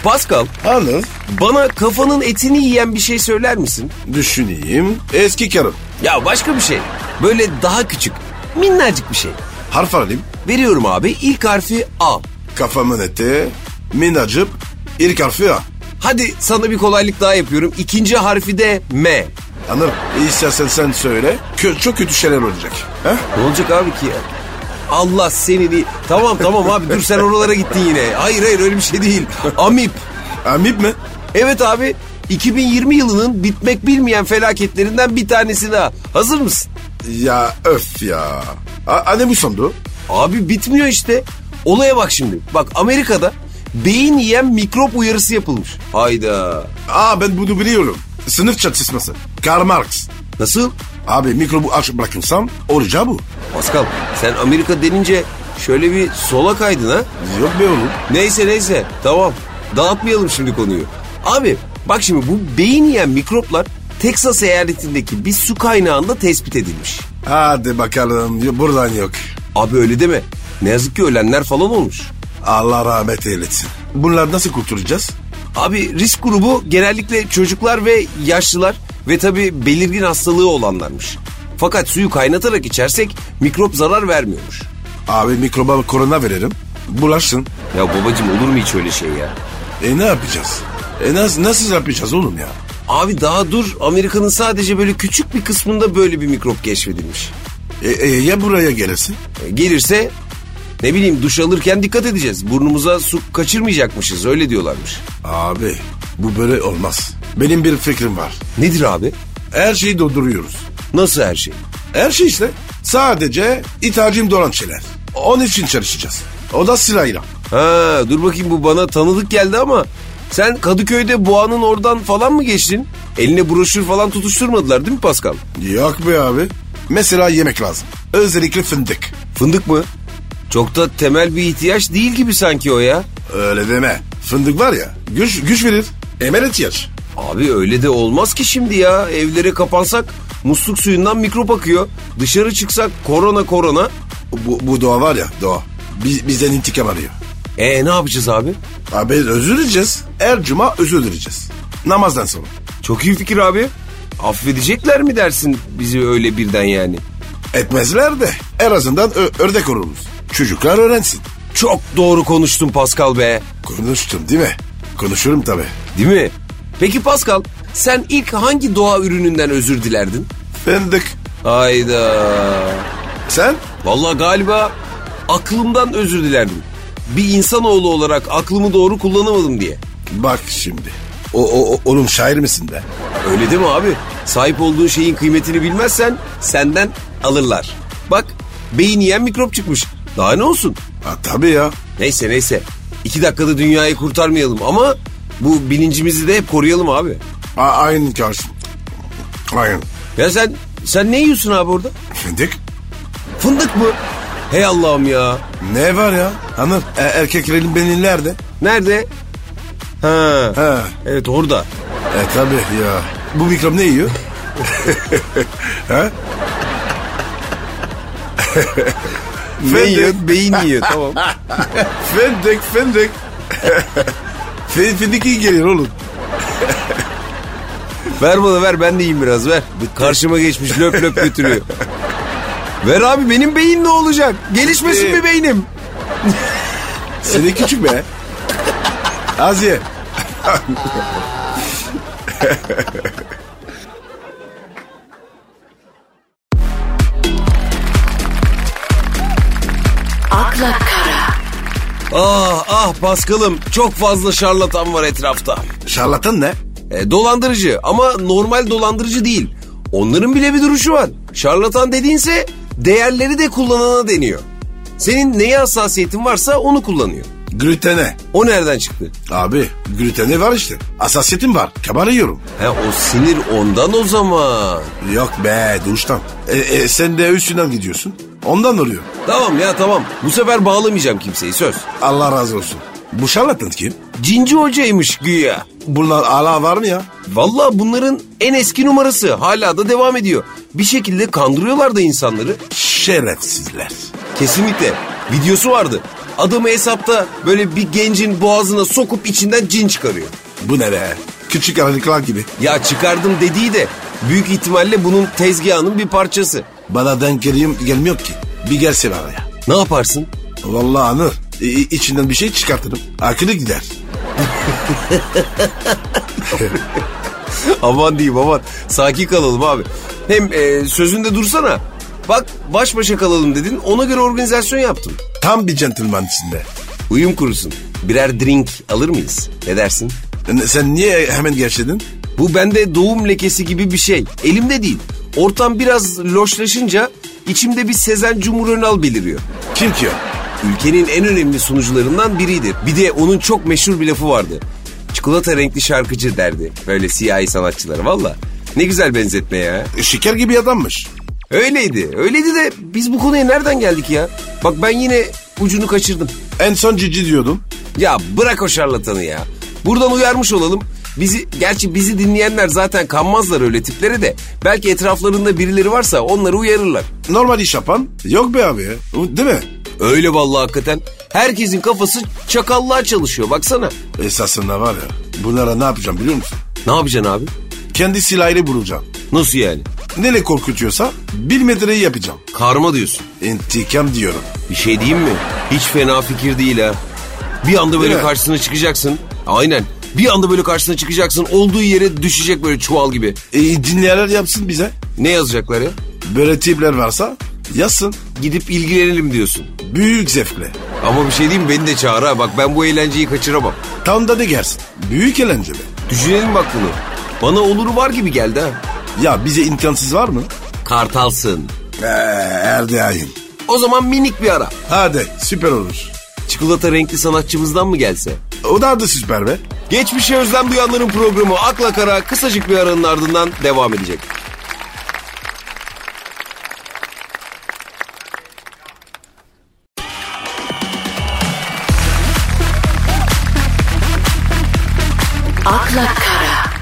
[SPEAKER 1] Pascal,
[SPEAKER 2] Anır.
[SPEAKER 1] bana kafanın etini yiyen bir şey söyler misin?
[SPEAKER 2] Düşüneyim. Eski karım.
[SPEAKER 1] Ya başka bir şey. Böyle daha küçük, minnacık bir şey.
[SPEAKER 2] Harf alayım.
[SPEAKER 1] Veriyorum abi ilk harfi A.
[SPEAKER 2] Kafamın eti. Minacıp. ilk harfi A.
[SPEAKER 1] Hadi sana bir kolaylık daha yapıyorum. İkinci harfi de M.
[SPEAKER 2] Anladım. İstersen sen söyle. Kö- çok kötü şeyler olacak. He?
[SPEAKER 1] Ne olacak abi ki ya? Allah seni... di- Tamam tamam abi dur sen oralara gittin yine. Hayır hayır öyle bir şey değil. Amip.
[SPEAKER 2] Amip mi?
[SPEAKER 1] Evet abi 2020 yılının bitmek bilmeyen felaketlerinden bir tanesi daha. Hazır mısın?
[SPEAKER 2] Ya öf ya. A- anne bu sandı.
[SPEAKER 1] Abi bitmiyor işte. Olaya bak şimdi. Bak Amerika'da beyin yiyen mikrop uyarısı yapılmış. Hayda.
[SPEAKER 2] Aa ben bunu biliyorum. Sınıf çatışması. Karl Marx.
[SPEAKER 1] Nasıl?
[SPEAKER 2] Abi mikrobu aç bırakırsam olacağı bu.
[SPEAKER 1] Pascal sen Amerika denince şöyle bir sola kaydın ha.
[SPEAKER 2] Yok be oğlum.
[SPEAKER 1] Neyse neyse tamam dağıtmayalım şimdi konuyu. Abi bak şimdi bu beyin yiyen mikroplar Teksas eyaletindeki bir su kaynağında tespit edilmiş.
[SPEAKER 2] Hadi bakalım y- buradan yok.
[SPEAKER 1] Abi öyle deme. Ne yazık ki ölenler falan olmuş.
[SPEAKER 2] Allah rahmet eylesin. Bunları nasıl kurtulacağız?
[SPEAKER 1] Abi risk grubu genellikle çocuklar ve yaşlılar ve tabii belirgin hastalığı olanlarmış. Fakat suyu kaynatarak içersek mikrop zarar vermiyormuş.
[SPEAKER 2] Abi mikroba korona verelim. Bulaşsın.
[SPEAKER 1] Ya babacım olur mu hiç öyle şey ya?
[SPEAKER 2] E ne yapacağız? E nasıl, nasıl yapacağız oğlum ya?
[SPEAKER 1] Abi daha dur Amerika'nın sadece böyle küçük bir kısmında böyle bir mikrop keşfedilmiş.
[SPEAKER 2] E, e, ya buraya gelirsin?
[SPEAKER 1] gelirse ne bileyim duş alırken dikkat edeceğiz. Burnumuza su kaçırmayacakmışız öyle diyorlarmış.
[SPEAKER 2] Abi bu böyle olmaz. Benim bir fikrim var.
[SPEAKER 1] Nedir abi?
[SPEAKER 2] Her şeyi dolduruyoruz.
[SPEAKER 1] Nasıl her şey?
[SPEAKER 2] Her şey işte. Sadece ithacım dolan şeyler. Onun için çalışacağız. O da silahıyla.
[SPEAKER 1] Ha dur bakayım bu bana tanıdık geldi ama sen Kadıköy'de Boğa'nın oradan falan mı geçtin? Eline broşür falan tutuşturmadılar değil mi Pascal?
[SPEAKER 2] Yok be abi. Mesela yemek lazım. Özellikle fındık.
[SPEAKER 1] Fındık mı? Çok da temel bir ihtiyaç değil gibi sanki o ya.
[SPEAKER 2] Öyle deme. Fındık var ya güç, güç verir. Emel ihtiyaç.
[SPEAKER 1] Abi öyle de olmaz ki şimdi ya. Evlere kapansak musluk suyundan mikrop akıyor. Dışarı çıksak korona korona.
[SPEAKER 2] Bu, bu doğa var ya doğa. Bi- bizden intikam arıyor.
[SPEAKER 1] E ne yapacağız abi?
[SPEAKER 2] Abi özür dileyeceğiz. Her cuma özür dileyeceğiz. Namazdan sonra.
[SPEAKER 1] Çok iyi fikir abi. Affedecekler mi dersin bizi öyle birden yani?
[SPEAKER 2] Etmezler de en azından ö- ördek oluruz. Çocuklar öğrensin.
[SPEAKER 1] Çok doğru konuştun Pascal be.
[SPEAKER 2] Konuştum değil mi? Konuşurum tabii.
[SPEAKER 1] Değil mi? Peki Pascal sen ilk hangi doğa ürününden özür dilerdin?
[SPEAKER 2] Fındık.
[SPEAKER 1] Hayda.
[SPEAKER 2] Sen?
[SPEAKER 1] Vallahi galiba aklımdan özür dilerdim. Bir insanoğlu olarak aklımı doğru kullanamadım diye.
[SPEAKER 2] Bak şimdi. O, o, o- oğlum şair misin be?
[SPEAKER 1] Öyle değil mi abi? Sahip olduğun şeyin kıymetini bilmezsen senden alırlar. Bak beyin yiyen mikrop çıkmış. Daha ne olsun?
[SPEAKER 2] Ha, tabii ya.
[SPEAKER 1] Neyse neyse. İki dakikada dünyayı kurtarmayalım ama bu bilincimizi de hep koruyalım abi.
[SPEAKER 2] A- aynı karşı. Aynen.
[SPEAKER 1] Ya sen sen ne yiyorsun abi orada?
[SPEAKER 2] Fındık.
[SPEAKER 1] Fındık mı? Hey Allah'ım ya.
[SPEAKER 2] Ne var ya? Hanım e- erkeklerin benimler de.
[SPEAKER 1] Nerede? Ha.
[SPEAKER 2] Ha.
[SPEAKER 1] Evet orada.
[SPEAKER 2] E tabi ya. Bu mikrop ne yiyor? ha?
[SPEAKER 1] Ne yiyor? Beyin yiyor tamam.
[SPEAKER 2] Fındık fındık. Fe- Fındık iyi geliyor oğlum.
[SPEAKER 1] Ver bana ver ben de yiyeyim biraz ver. Karşıma geçmiş löp löp götürüyor. ver abi benim beyin ne olacak? Gelişmesin
[SPEAKER 2] Bitti.
[SPEAKER 1] mi beynim?
[SPEAKER 2] Seni küçük be. Az ye.
[SPEAKER 4] akla kara,
[SPEAKER 1] Ah ah Paskal'ım çok fazla şarlatan var etrafta.
[SPEAKER 2] Şarlatan ne?
[SPEAKER 1] E, dolandırıcı ama normal dolandırıcı değil. Onların bile bir duruşu var. Şarlatan dediğinse değerleri de kullanana deniyor. Senin neye hassasiyetin varsa onu kullanıyor.
[SPEAKER 2] Glütene.
[SPEAKER 1] O nereden çıktı?
[SPEAKER 2] Abi glütene var işte. Hassasiyetim var. Kabar yiyorum.
[SPEAKER 1] He o sinir ondan o zaman.
[SPEAKER 2] Yok be duştan. E, e, sen de üstünden gidiyorsun. Ondan oluyor.
[SPEAKER 1] Tamam ya tamam. Bu sefer bağlamayacağım kimseyi söz.
[SPEAKER 2] Allah razı olsun. Bu şarlatan kim?
[SPEAKER 1] Cinci hocaymış güya.
[SPEAKER 2] Bunlar ala var mı ya?
[SPEAKER 1] Vallahi bunların en eski numarası hala da devam ediyor. Bir şekilde kandırıyorlar da insanları.
[SPEAKER 2] Şerefsizler.
[SPEAKER 1] Kesinlikle. Videosu vardı. Adamı hesapta böyle bir gencin boğazına sokup içinden cin çıkarıyor.
[SPEAKER 2] Bu ne be? Küçük aralıklar gibi.
[SPEAKER 1] Ya çıkardım dediği de büyük ihtimalle bunun tezgahının bir parçası.
[SPEAKER 2] Bana denk geliyor, gelmiyor ki. Bir gelse var ya.
[SPEAKER 1] Ne yaparsın?
[SPEAKER 2] Vallahi Anıl i- i- içinden bir şey çıkartırım. Akıllı gider.
[SPEAKER 1] aman diyeyim aman. Sakin kalalım abi. Hem e, sözünde dursana. Bak baş başa kalalım dedin. Ona göre organizasyon yaptım.
[SPEAKER 2] Tam bir centilman içinde.
[SPEAKER 1] Uyum kurusun. Birer drink alır mıyız? Ne dersin?
[SPEAKER 2] Ne- Sen niye hemen gevşedin?
[SPEAKER 1] Bu bende doğum lekesi gibi bir şey. Elimde değil. Ortam biraz loşlaşınca içimde bir Sezen Cumhur Önal beliriyor.
[SPEAKER 2] Kim ki o?
[SPEAKER 1] Ülkenin en önemli sunucularından biriydi. Bir de onun çok meşhur bir lafı vardı. Çikolata renkli şarkıcı derdi. Böyle siyahi sanatçılara valla. Ne güzel benzetme ya.
[SPEAKER 2] E, Şeker gibi adammış.
[SPEAKER 1] Öyleydi. Öyleydi de biz bu konuya nereden geldik ya? Bak ben yine ucunu kaçırdım.
[SPEAKER 2] En son cici diyordun.
[SPEAKER 1] Ya bırak o şarlatanı ya. Buradan uyarmış olalım. Bizi gerçi bizi dinleyenler zaten kanmazlar öyle tiplere de. Belki etraflarında birileri varsa onları uyarırlar.
[SPEAKER 2] Normal iş yapan yok be abi. ya. Değil mi?
[SPEAKER 1] Öyle vallahi hakikaten. Herkesin kafası çakallığa çalışıyor baksana.
[SPEAKER 2] Esasında var ya. Bunlara ne yapacağım biliyor musun?
[SPEAKER 1] Ne yapacaksın abi?
[SPEAKER 2] Kendi silahıyla vuracağım.
[SPEAKER 1] Nasıl yani?
[SPEAKER 2] Neyle korkutuyorsa bilmedireyi yapacağım.
[SPEAKER 1] Karma diyorsun.
[SPEAKER 2] İntikam diyorum.
[SPEAKER 1] Bir şey diyeyim mi? Hiç fena fikir değil ha. Bir anda böyle
[SPEAKER 2] Değil mi?
[SPEAKER 1] karşısına çıkacaksın. Aynen. Bir anda böyle karşısına çıkacaksın. Olduğu yere düşecek böyle çuval gibi.
[SPEAKER 2] E, dinleyenler yapsın bize.
[SPEAKER 1] Ne yazacaklar ya?
[SPEAKER 2] Böyle tipler varsa yazsın.
[SPEAKER 1] Gidip ilgilenelim diyorsun.
[SPEAKER 2] Büyük zevkle.
[SPEAKER 1] Ama bir şey diyeyim mi? beni de çağır ha. Bak ben bu eğlenceyi kaçıramam.
[SPEAKER 2] Tam da ne gelsin. Büyük eğlenceli.
[SPEAKER 1] Düşünelim bak bunu. Bana oluru var gibi geldi ha.
[SPEAKER 2] Ya bize imkansız var mı?
[SPEAKER 1] Kartalsın.
[SPEAKER 2] Ee, Erdeğin.
[SPEAKER 1] O zaman minik bir ara.
[SPEAKER 2] Hadi süper olur.
[SPEAKER 1] Çikolata renkli sanatçımızdan mı gelse?
[SPEAKER 2] O da da süper be.
[SPEAKER 1] Geçmişe özlem duyanların programı Akla Kara kısacık bir aranın ardından devam edecek.
[SPEAKER 4] Akla Kara.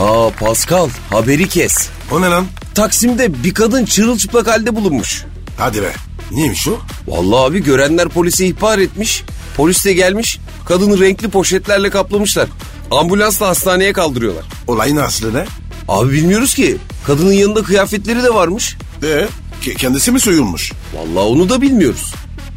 [SPEAKER 1] Ya Pascal haberi kes.
[SPEAKER 2] O ne lan?
[SPEAKER 1] Taksim'de bir kadın çırılçıplak halde bulunmuş.
[SPEAKER 2] Hadi be. Neymiş o?
[SPEAKER 1] Vallahi abi görenler polise ihbar etmiş. Polis de gelmiş. Kadını renkli poşetlerle kaplamışlar. Ambulansla hastaneye kaldırıyorlar.
[SPEAKER 2] Olayın aslı ne?
[SPEAKER 1] Abi bilmiyoruz ki. Kadının yanında kıyafetleri de varmış.
[SPEAKER 2] Ee, ke- kendisi mi soyulmuş?
[SPEAKER 1] Vallahi onu da bilmiyoruz.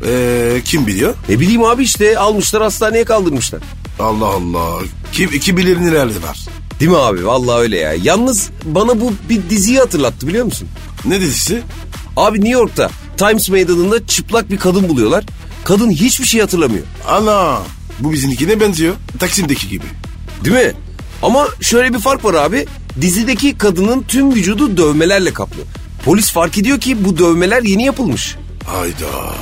[SPEAKER 2] Ee, kim biliyor?
[SPEAKER 1] Ne bileyim abi işte almışlar hastaneye kaldırmışlar.
[SPEAKER 2] Allah Allah. Kim, iki bilir nerede var?
[SPEAKER 1] Değil mi abi? Vallahi öyle ya. Yalnız bana bu bir diziyi hatırlattı biliyor musun?
[SPEAKER 2] Ne dizisi?
[SPEAKER 1] Abi New York'ta Times Meydanı'nda çıplak bir kadın buluyorlar. Kadın hiçbir şey hatırlamıyor.
[SPEAKER 2] Ana. Bu bizimkine benziyor. Taksim'deki gibi.
[SPEAKER 1] Değil mi? Ama şöyle bir fark var abi. Dizideki kadının tüm vücudu dövmelerle kaplı. Polis fark ediyor ki bu dövmeler yeni yapılmış.
[SPEAKER 2] Hayda.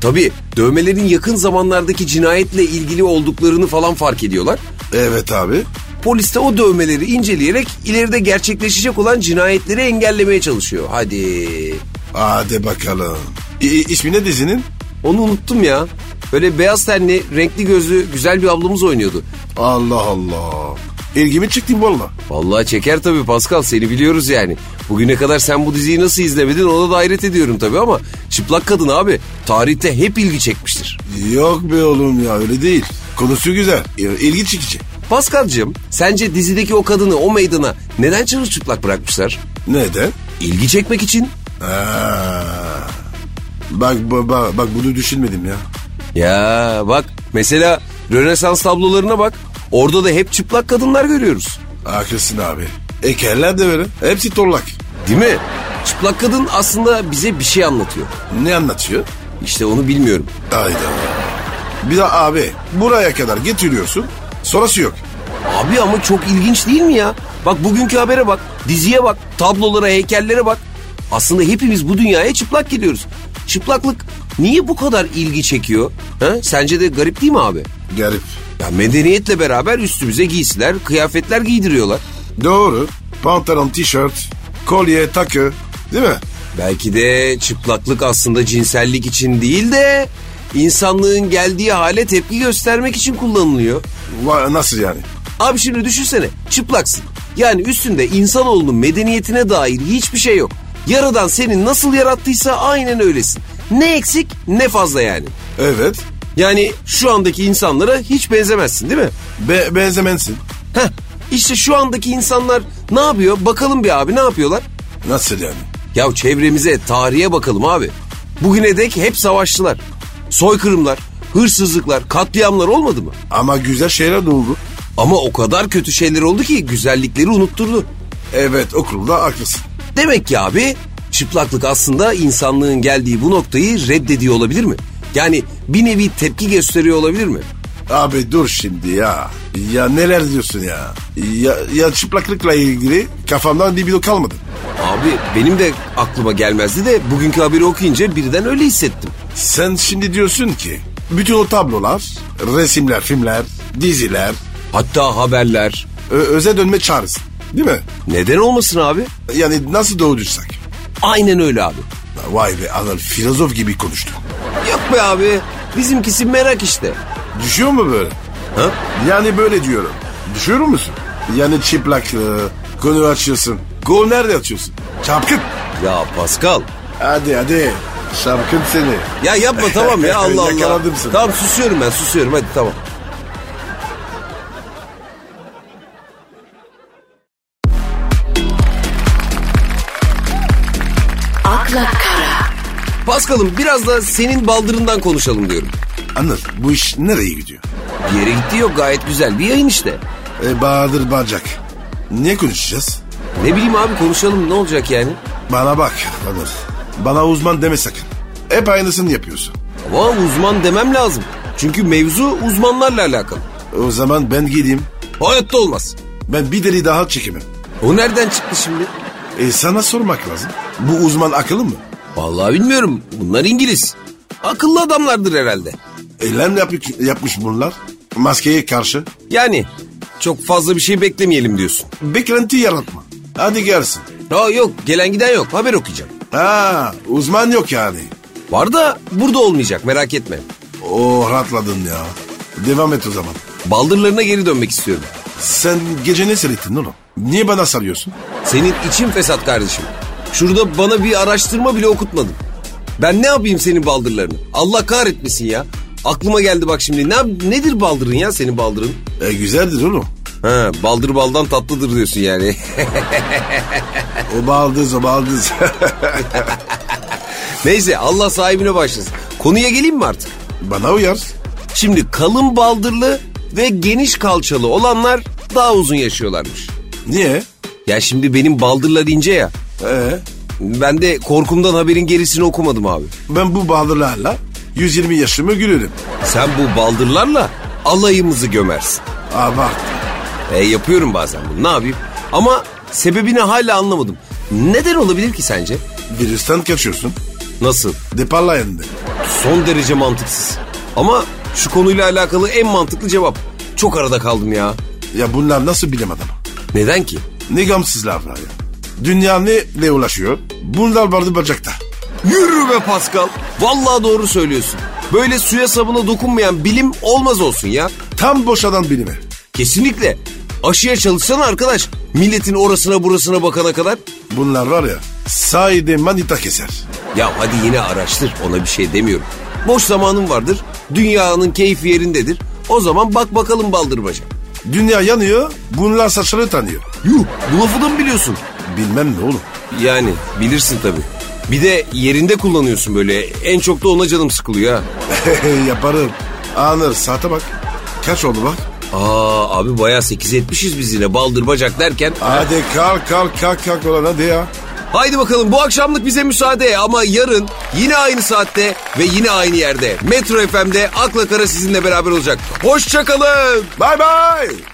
[SPEAKER 1] Tabii dövmelerin yakın zamanlardaki cinayetle ilgili olduklarını falan fark ediyorlar.
[SPEAKER 2] Evet abi.
[SPEAKER 1] Polis de o dövmeleri inceleyerek ileride gerçekleşecek olan cinayetleri engellemeye çalışıyor. Hadi.
[SPEAKER 2] Hadi bakalım. İ- ismi ne dizinin?
[SPEAKER 1] Onu unuttum ya. Böyle beyaz tenli, renkli gözlü güzel bir ablamız oynuyordu.
[SPEAKER 2] Allah Allah. İlgimi çektin valla.
[SPEAKER 1] Vallahi çeker tabii Pascal seni biliyoruz yani. Bugüne kadar sen bu diziyi nasıl izlemedin ona da hayret ediyorum tabii ama çıplak kadın abi tarihte hep ilgi çekmiştir.
[SPEAKER 2] Yok be oğlum ya öyle değil. Konusu güzel. İl- İlgi çekici.
[SPEAKER 1] Pascal'cığım sence dizideki o kadını o meydana neden çırılçıplak bırakmışlar?
[SPEAKER 2] Neden?
[SPEAKER 1] İlgi çekmek için.
[SPEAKER 2] Ha. Bak, ba- ba- bak bunu düşünmedim ya.
[SPEAKER 1] Ya bak mesela Rönesans tablolarına bak. Orada da hep çıplak kadınlar görüyoruz.
[SPEAKER 2] Haklısın abi. Ekerler de böyle. Hepsi torlak.
[SPEAKER 1] Değil mi? Çıplak kadın aslında bize bir şey anlatıyor.
[SPEAKER 2] Ne anlatıyor?
[SPEAKER 1] İşte onu bilmiyorum.
[SPEAKER 2] Hayda. Bir de abi buraya kadar getiriyorsun. Sonrası yok.
[SPEAKER 1] Abi ama çok ilginç değil mi ya? Bak bugünkü habere bak, diziye bak, tablolara, heykellere bak. Aslında hepimiz bu dünyaya çıplak gidiyoruz. Çıplaklık niye bu kadar ilgi çekiyor? Ha? Sence de garip değil mi abi?
[SPEAKER 2] Garip.
[SPEAKER 1] Ya medeniyetle beraber üstümüze giysiler, kıyafetler giydiriyorlar.
[SPEAKER 2] Doğru. Pantolon, tişört, kolye, takı. Değil mi?
[SPEAKER 1] Belki de çıplaklık aslında cinsellik için değil de insanlığın geldiği hale tepki göstermek için kullanılıyor.
[SPEAKER 2] Va- nasıl yani?
[SPEAKER 1] Abi şimdi düşünsene çıplaksın. Yani üstünde insanoğlunun medeniyetine dair hiçbir şey yok. Yaradan seni nasıl yarattıysa aynen öylesin. Ne eksik ne fazla yani.
[SPEAKER 2] Evet.
[SPEAKER 1] Yani şu andaki insanlara hiç benzemezsin değil mi?
[SPEAKER 2] Be- benzemensin.
[SPEAKER 1] Heh işte şu andaki insanlar ne yapıyor? Bakalım bir abi ne yapıyorlar?
[SPEAKER 2] Nasıl yani?
[SPEAKER 1] Ya çevremize, tarihe bakalım abi. Bugüne dek hep savaştılar. Soykırımlar, hırsızlıklar, katliamlar olmadı mı?
[SPEAKER 2] Ama güzel şeyler de oldu.
[SPEAKER 1] Ama o kadar kötü şeyler oldu ki güzellikleri unutturdu.
[SPEAKER 2] Evet o konuda haklısın.
[SPEAKER 1] Demek ki abi çıplaklık aslında insanlığın geldiği bu noktayı reddediyor olabilir mi? Yani bir nevi tepki gösteriyor olabilir mi?
[SPEAKER 2] Abi dur şimdi ya. Ya neler diyorsun ya? Ya, ya çıplaklıkla ilgili kafamdan libido kalmadı.
[SPEAKER 1] Abi benim de aklıma gelmezdi de bugünkü haberi okuyunca birden öyle hissettim.
[SPEAKER 2] Sen şimdi diyorsun ki bütün o tablolar, resimler, filmler, diziler
[SPEAKER 1] Hatta haberler.
[SPEAKER 2] ö- öze dönme çağrısı. Değil mi?
[SPEAKER 1] Neden olmasın abi?
[SPEAKER 2] Yani nasıl doğduysak.
[SPEAKER 1] Aynen öyle abi.
[SPEAKER 2] Vay be Anıl filozof gibi konuştu.
[SPEAKER 1] Yok be abi. Bizimkisi merak işte.
[SPEAKER 2] Düşüyor mu böyle?
[SPEAKER 1] Ha?
[SPEAKER 2] Yani böyle diyorum. Düşüyor musun? Yani çıplaklığı, konu açıyorsun. Kol nerede atıyorsun? Çapkın.
[SPEAKER 1] Ya Pascal.
[SPEAKER 2] Hadi hadi. Çapkın seni.
[SPEAKER 1] Ya yapma tamam ya Allah Allah.
[SPEAKER 2] Yakaladım seni.
[SPEAKER 1] Tamam susuyorum ben susuyorum hadi tamam.
[SPEAKER 4] akla kara,
[SPEAKER 1] Pascal'ım biraz da senin baldırından konuşalım diyorum.
[SPEAKER 2] Anıl bu iş nereye gidiyor?
[SPEAKER 1] Bir yere gitti yok gayet güzel bir yayın işte.
[SPEAKER 2] E, Bahadır Bacak. Niye konuşacağız?
[SPEAKER 1] Ne bileyim abi konuşalım ne olacak yani?
[SPEAKER 2] Bana bak Anıl. Bana uzman deme sakın. Hep aynısını yapıyorsun.
[SPEAKER 1] Ama uzman demem lazım. Çünkü mevzu uzmanlarla alakalı.
[SPEAKER 2] O zaman ben gideyim.
[SPEAKER 1] Hayatta olmaz.
[SPEAKER 2] Ben bir deli daha çekemem.
[SPEAKER 1] O nereden çıktı şimdi?
[SPEAKER 2] E sana sormak lazım. Bu uzman akıllı mı?
[SPEAKER 1] Vallahi bilmiyorum. Bunlar İngiliz. Akıllı adamlardır herhalde.
[SPEAKER 2] Eylem yapmış, E, yapmış bunlar. Maskeye karşı.
[SPEAKER 1] Yani çok fazla bir şey beklemeyelim diyorsun.
[SPEAKER 2] Beklenti yaratma. Hadi gelsin.
[SPEAKER 1] Ha yok gelen giden yok haber okuyacağım.
[SPEAKER 2] Ha, uzman yok yani.
[SPEAKER 1] Var da burada olmayacak merak etme.
[SPEAKER 2] Oh rahatladın ya. Devam et o zaman.
[SPEAKER 1] Baldırlarına geri dönmek istiyorum.
[SPEAKER 2] Sen gece ne seyrettin oğlum? Niye bana sarıyorsun?
[SPEAKER 1] Senin için fesat kardeşim. Şurada bana bir araştırma bile okutmadın. Ben ne yapayım senin baldırlarını? Allah kahretmesin ya. Aklıma geldi bak şimdi. Ne, nedir baldırın ya senin baldırın?
[SPEAKER 2] E güzeldir oğlum.
[SPEAKER 1] Ha, baldır baldan tatlıdır diyorsun yani.
[SPEAKER 2] O baldız o baldız.
[SPEAKER 1] Neyse Allah sahibine başlasın. Konuya geleyim mi artık?
[SPEAKER 2] bana uyar.
[SPEAKER 1] Şimdi kalın baldırlı ve geniş kalçalı olanlar daha uzun yaşıyorlarmış.
[SPEAKER 2] Niye?
[SPEAKER 1] Ya şimdi benim baldırlar ince ya.
[SPEAKER 2] Ee,
[SPEAKER 1] Ben de korkumdan haberin gerisini okumadım abi.
[SPEAKER 2] ben bu baldırlarla 120 yaşımı gülürüm.
[SPEAKER 1] Sen bu baldırlarla alayımızı gömersin.
[SPEAKER 2] Aa bak.
[SPEAKER 1] E, yapıyorum bazen bunu ne yapayım? Ama sebebini hala anlamadım. Neden olabilir ki sence?
[SPEAKER 2] Virüsten kaçıyorsun.
[SPEAKER 1] Nasıl?
[SPEAKER 2] Deparla yanında.
[SPEAKER 1] Son derece mantıksız. Ama şu konuyla alakalı en mantıklı cevap. Çok arada kaldım ya.
[SPEAKER 2] Ya bunlar nasıl bilim adamı?
[SPEAKER 1] Neden ki?
[SPEAKER 2] Ne gamsızlar var ya. Dünya ne, ne ulaşıyor? Bunlar vardı bacakta.
[SPEAKER 1] Yürü be Pascal. Vallahi doğru söylüyorsun. Böyle suya sabuna dokunmayan bilim olmaz olsun ya.
[SPEAKER 2] Tam boşadan bilimi.
[SPEAKER 1] Kesinlikle. Aşıya çalışsana arkadaş. Milletin orasına burasına bakana kadar.
[SPEAKER 2] Bunlar var ya sahide manita keser.
[SPEAKER 1] Ya hadi yine araştır ona bir şey demiyorum. Boş zamanın vardır. Dünyanın keyfi yerindedir. O zaman bak bakalım baldırbaca.
[SPEAKER 2] Dünya yanıyor, bunlar saçları tanıyor.
[SPEAKER 1] Yuh bu lafı da mı biliyorsun?
[SPEAKER 2] Bilmem ne oğlum.
[SPEAKER 1] Yani bilirsin tabii. Bir de yerinde kullanıyorsun böyle. En çok da ona canım sıkılıyor ha.
[SPEAKER 2] Yaparım. Anır saate bak. Kaç oldu bak.
[SPEAKER 1] Aa abi bayağı 8.70'iz biz yine baldır bacak derken.
[SPEAKER 2] Hadi kalk kalk kalk kalk olan hadi ya.
[SPEAKER 1] Haydi bakalım bu akşamlık bize müsaade ama yarın yine aynı saatte ve yine aynı yerde Metro FM'de Akla Kara sizinle beraber olacak. Hoşçakalın.
[SPEAKER 2] Bay bay.